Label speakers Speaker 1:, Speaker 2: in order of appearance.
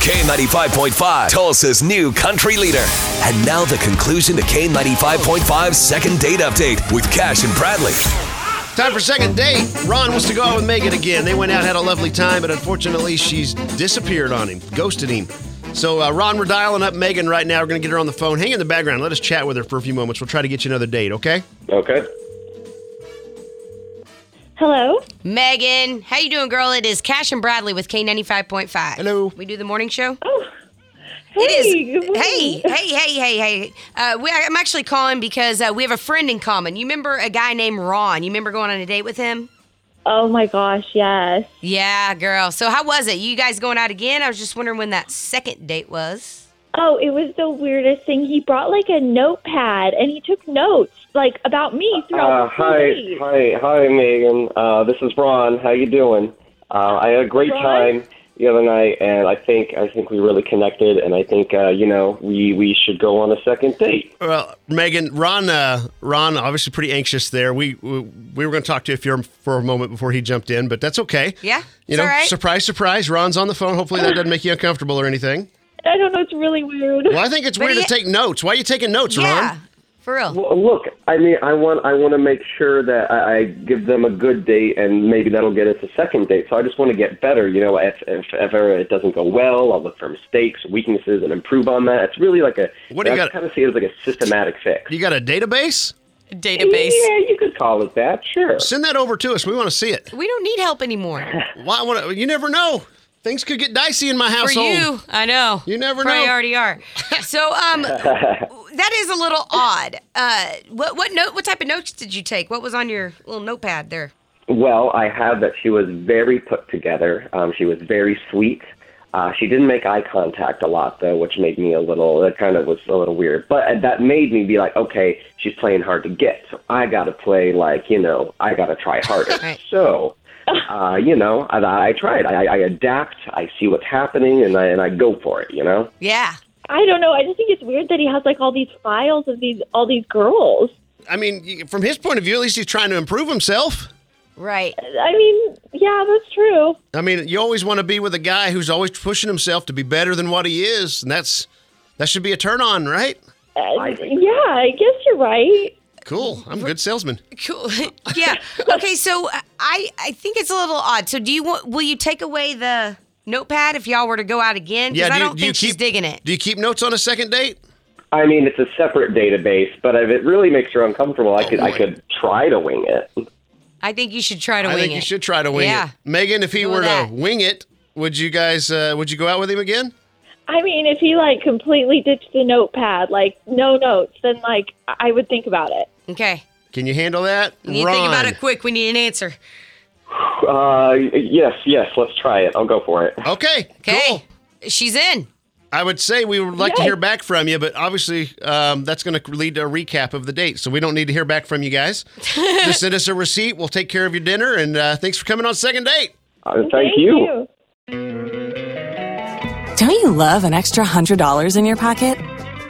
Speaker 1: K95.5, Tulsa's new country leader. And now the conclusion to K95.5's second date update with Cash and Bradley.
Speaker 2: Time for second date. Ron wants to go out with Megan again. They went out, had a lovely time, but unfortunately, she's disappeared on him, ghosted him. So, uh, Ron, we're dialing up Megan right now. We're going to get her on the phone. Hang in the background. Let us chat with her for a few moments. We'll try to get you another date, okay?
Speaker 3: Okay.
Speaker 4: Hello.
Speaker 5: Megan, how you doing, girl? It is Cash and Bradley with K95.5.
Speaker 2: Hello.
Speaker 5: We do the morning show.
Speaker 4: Oh, Hey.
Speaker 5: It
Speaker 4: good
Speaker 5: is. Hey,
Speaker 4: morning.
Speaker 5: hey, hey, hey, hey. Uh, we, I'm actually calling because uh, we have a friend in common. You remember a guy named Ron? You remember going on a date with him?
Speaker 4: Oh my gosh, yes.
Speaker 5: Yeah, girl. So how was it? You guys going out again? I was just wondering when that second date was.
Speaker 4: Oh, it was the weirdest thing. He brought like a notepad and he took notes like about me throughout
Speaker 3: Uh,
Speaker 4: the whole
Speaker 3: hi,
Speaker 4: date.
Speaker 3: hi, hi, Megan. Uh, this is Ron. How you doing? Uh, I had a great
Speaker 4: Ron?
Speaker 3: time the other night, and I think I think we really connected, and I think uh, you know we we should go on a second date.
Speaker 2: Well, Megan, Ron, uh, Ron, obviously pretty anxious there. We we, we were going to talk to you for, for a moment before he jumped in, but that's okay.
Speaker 5: Yeah,
Speaker 2: You
Speaker 5: it's
Speaker 2: know,
Speaker 5: all right.
Speaker 2: surprise, surprise. Ron's on the phone. Hopefully, that doesn't make you uncomfortable or anything.
Speaker 4: I don't know, it's really weird.
Speaker 2: Well, I think it's
Speaker 5: But
Speaker 2: weird
Speaker 5: he-
Speaker 2: to take notes. Why are you taking notes,
Speaker 5: Yeah,
Speaker 2: Ron?
Speaker 5: for real.
Speaker 3: Well, look, I mean, I want I want to make sure that I, I give them a good date, and maybe that'll get us a second date. So I just want to get better. You know, if, if ever it doesn't go well, I'll look for mistakes, weaknesses, and improve on that. It's really like a
Speaker 2: What do you
Speaker 3: I
Speaker 2: got-
Speaker 3: kind of see it as like a systematic fix.
Speaker 2: You got a database?
Speaker 5: Database.
Speaker 3: Yeah, you could call it that, sure.
Speaker 2: Send that over to us. We want to see it.
Speaker 5: We don't need help anymore.
Speaker 2: Why? Wanna, you never know. Things could get dicey in my
Speaker 5: For
Speaker 2: household.
Speaker 5: you, I know.
Speaker 2: You never
Speaker 5: Probably
Speaker 2: know.
Speaker 5: already are. So, um, that is a little odd. Uh, what what note? What type of notes did you take? What was on your little notepad there?
Speaker 3: Well, I have that she was very put together. Um, she was very sweet. Uh, she didn't make eye contact a lot, though, which made me a little, that kind of was a little weird. But uh, that made me be like, okay, she's playing hard to get. So I got to play like, you know, I got to try harder.
Speaker 5: Right.
Speaker 3: So, uh, you know, I, I tried. I, I adapt. I see what's happening and I, and I go for it, you know?
Speaker 5: Yeah.
Speaker 4: I don't know. I just think it's weird that he has like all these files of these all these girls.
Speaker 2: I mean, y- from his point of view, at least he's trying to improve himself.
Speaker 5: Right.
Speaker 4: I mean, yeah, that's true.
Speaker 2: I mean, you always want to be with a guy who's always pushing himself to be better than what he is, and that's that should be a turn on, right?
Speaker 4: Uh,
Speaker 3: I think-
Speaker 4: yeah, I guess you're right.
Speaker 2: Cool. I'm a good salesman.
Speaker 5: Cool. yeah. Okay. So uh, I I think it's a little odd. So do you want? Will you take away the notepad if y'all were to go out again? Because
Speaker 2: do
Speaker 5: I
Speaker 2: you-
Speaker 5: don't
Speaker 2: do you
Speaker 5: think she's
Speaker 2: keep-
Speaker 5: digging it.
Speaker 2: Do you keep notes on a second date?
Speaker 3: I mean, it's a separate database, but if it really makes her uncomfortable, I could, I could try to wing it.
Speaker 5: I think you should try to
Speaker 2: I
Speaker 5: wing
Speaker 2: think
Speaker 5: it.
Speaker 2: you should try to wing
Speaker 5: Yeah.
Speaker 2: it. Megan, if he
Speaker 5: Do
Speaker 2: were
Speaker 5: that.
Speaker 2: to wing it, would you guys uh, would you go out with him again?
Speaker 4: I mean, if he like completely ditched the notepad, like no notes, then like I I would think about it.
Speaker 5: Okay.
Speaker 2: Can you handle that?
Speaker 5: You
Speaker 2: Ron.
Speaker 5: think about it quick. We need an answer.
Speaker 3: Uh, yes, yes, let's try it. I'll go for it.
Speaker 2: Okay.
Speaker 5: Okay.
Speaker 2: Cool.
Speaker 5: She's in.
Speaker 2: I would say we would like to
Speaker 4: Yay.
Speaker 2: hear back from you, but obviously um, that's going to lead to a recap of the date, so we don't need to hear back from you guys. Just send us a receipt. We'll take care of your dinner, and uh, thanks for coming on second date.
Speaker 3: Uh, thank, you.
Speaker 6: Don't you love an extra $100 in your pocket?